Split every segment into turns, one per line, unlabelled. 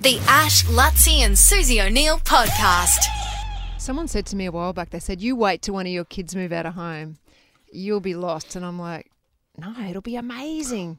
The Ash, Lutzi and Susie O'Neill podcast.
Someone said to me a while back, they said, You wait till one of your kids move out of home, you'll be lost. And I'm like, No, it'll be amazing.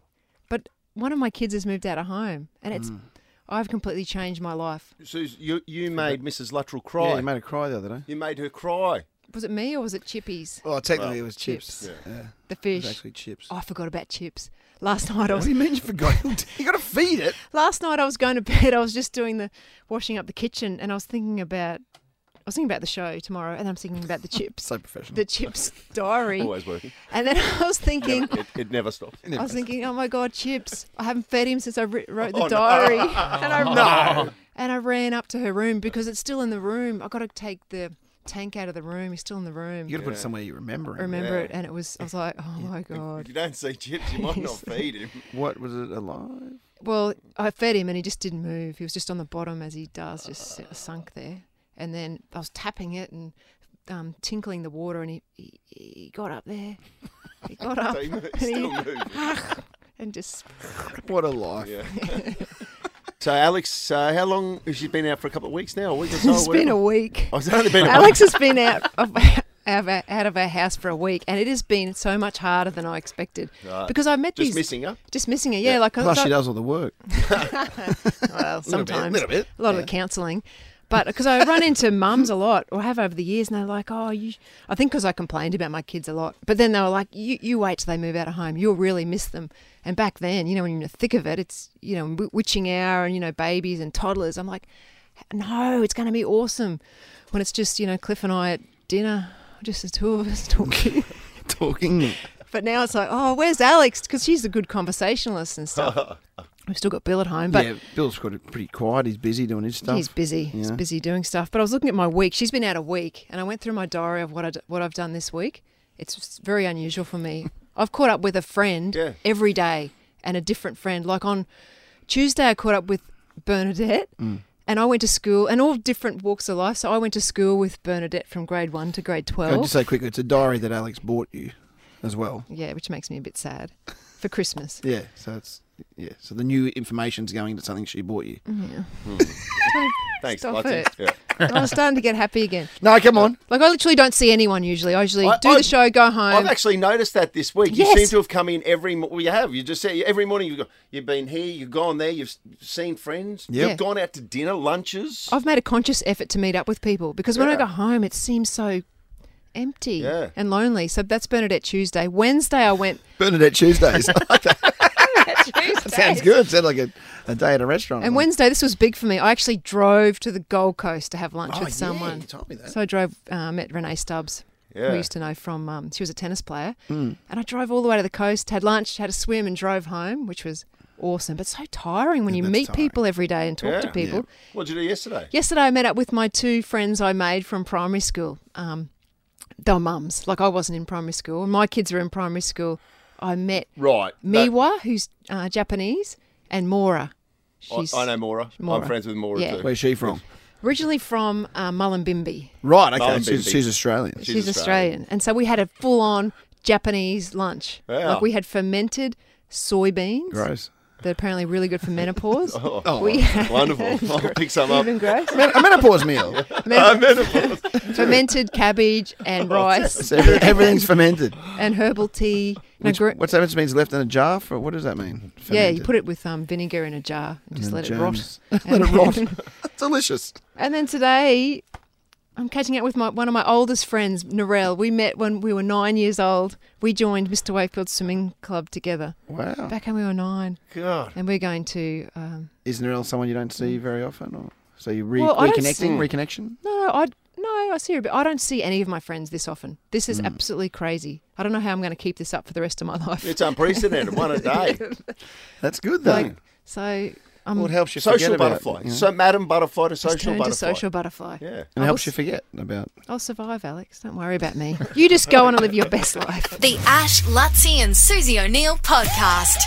But one of my kids has moved out of home and it's,
Mm.
I've completely changed my life.
Suze, you, you made Mrs. Luttrell cry.
Yeah, you made her cry the other day.
You made her cry.
Was it me or was it Chippy's?
Well, technically it was chips.
Chips.
Yeah.
The
It
fish. Oh,
was actually chips.
I forgot about chips. Last night I
What
was
do you mean you forgot? you got to feed it.
last night I was going to bed. I was just doing the washing up the kitchen, and I was thinking about I was thinking about the show tomorrow, and I'm thinking about the chips,
So professional.
the chips diary,
Always working.
and then I was thinking.
It, it never stops.
I was thinking, oh my God, chips! I haven't fed him since I wri- wrote the
Oh, no.
diary, and I and I ran up to her room because it's still in the room. I got to take the tank out of the room. He's still in the room.
you got to put it somewhere you remember. it.
Remember
Yeah.
it, and it was. I was like, oh my
If
God.
you don't see chips, you might not feed him.
What was it alive?
Well, I fed him and he just didn't move. He was just on the bottom as he does, just
Uh.
s- sunk there. And then I was tapping it and um, tinkling the water, and he, he, he got up there. He got up
So he mo-
and,
still
he,
moving.
and just
What a life.
Yeah. so, Alex, uh, how long has she been out for a couple of weeks now? Oh, A week or so?
it's been a week.
Oh, it's only been a
Alex has been out of, out of our- out of our house for a week, and it has been so much harder than I expected
Right.
because I met
Just
these
missing her?
just missing it. Yeah, like I-
Plus, she
I-
does all the work.
well, sometimes
little bit,
a lot of the counselling. But because I run into mums a lot, or have over the years, and they're like, "Oh, you," I think because I complained about my kids a lot. But then they were like, "You, you wait till they move out of home, you'll really miss them." And back then, you know, when you're in the thick of it, it's you know w- witching hour and you know babies and toddlers. I'm like, "No, it's going to be awesome," when it's just you know Cliff and I at dinner, just the two of us talking.
Talking.
But now it's like, oh, where's Alex? Because she's a good conversationalist and stuff. We've still got Bill at home, but
yeah, Bill's got it pretty quiet. He's busy doing his stuff.
He's busy. He's
Yeah.
busy doing stuff. But I was looking at my week. She's been out a week, and I went through my diary of what I d- what I've done this week. It's very unusual for me. I've caught up with a friend
Yeah.
every day, and a different friend. Like on Tuesday, I caught up with Bernadette,
Mm.
and I went to school, and all different walks of life. So I went to school with Bernadette from grade one to grade
Can I
twelve.
just say quickly, it's a diary that Alex bought you as well.
yeah, which makes me a bit sad for Christmas.
Yeah, so it's yeah. So the new information's going into something she bought you.
Mm-hmm.
Thanks,
Stop
Lutzy.
it.
Yeah.
I'm starting to get happy again.
No, come on.
Like I literally don't see anyone usually. I usually
I-
do
I-
the show, go home.
I've actually noticed that this week.
Yes.
You seem to have come in every. mo- Well, you have. You just say every morning you've, got, you've been here, you've gone there, you've s- seen friends,
Yeah.
you've gone out to dinner, lunches.
I've made a conscious effort to meet up with people because when I
Yeah.
go home, it seems so empty
Yeah.
and lonely. So that's Bernadette Tuesday. Wednesday, I went.
Bernadette Tuesdays. Sounds good. Sounds like a, a day at a restaurant.
And Wednesday, this was big for me. I actually drove to the Gold Coast to have lunch
Oh,
with
yeah,
someone.
you told me that.
So I drove, uh, met Renee Stubbs.
Yeah.
Who used to know from, um, she was a tennis player.
Hmm.
Mm. And I drove all the way to the coast, had lunch, had a swim, and drove home, which was awesome. But so tiring when
Yeah,
you
that's
meet
tiring.
people every day and talk to
Yeah.
people.
What did you do yesterday?
Yesterday, I met up with my two friends I made from primary school. Um, they were mums. Like I wasn't in primary school, and my kids were in primary school. I met
Right. that-
Miwa, who's uh, Japanese, and Mora.
I,
She's
I know Maura.
Maura.
I'm friends with Maura
Yeah.
too.
Where's she from?
originally from uh, Mullumbimby.
Right, okay.
Mullumbimby.
She's, she's Australian.
She's,
She's
Australian.
Australian.
and so we had a full-on Japanese lunch.
Yeah.
Like we had fermented soybeans.
Gross.
They're apparently really good for menopause. oh,
Oh,
we had
Wonderful. I'll pick some up.
even gross.
Men- a menopause meal.
Men- fermented cabbage and
Oh,
rice.
So every- everything's fermented.
and herbal tea. And a
Which,
gr-
what's that? Which means left in a jar? For, what does that mean?
yeah, you put it with um, vinegar in a jar and just
then
let it
germs.
rot.
Let it
And
rot.
then-
Delicious.
and then today, I'm catching up with my one of my oldest friends, Narelle. We met when we were nine years old. We joined Mr. Wakefield's swimming club together
Wow.
back when we were nine,
God.
and we're going to. Um,
Is Narelle someone you don't see very often? Or so you re-
Well, I don't see-
reconnecting? Reconnection?
no, I no, I see her, but I don't see any of my friends this often. This
Hmm.
is absolutely crazy. I don't know how I'm going to keep this up for the rest of my life.
It's unprecedented. One a day.
That's good though.
Like, so I'm
well, it helps you forget
Social
about it,
butterfly.
you know?
So, Madam Butterfly to
just
social
turned to
butterfly.
social butterfly.
Yeah.
and
I
it
was-
helps you forget about.
I'll survive, Alex. Don't worry about me. You just go on and live your best life.
The Ash, Lutzi and Susie O'Neill podcast.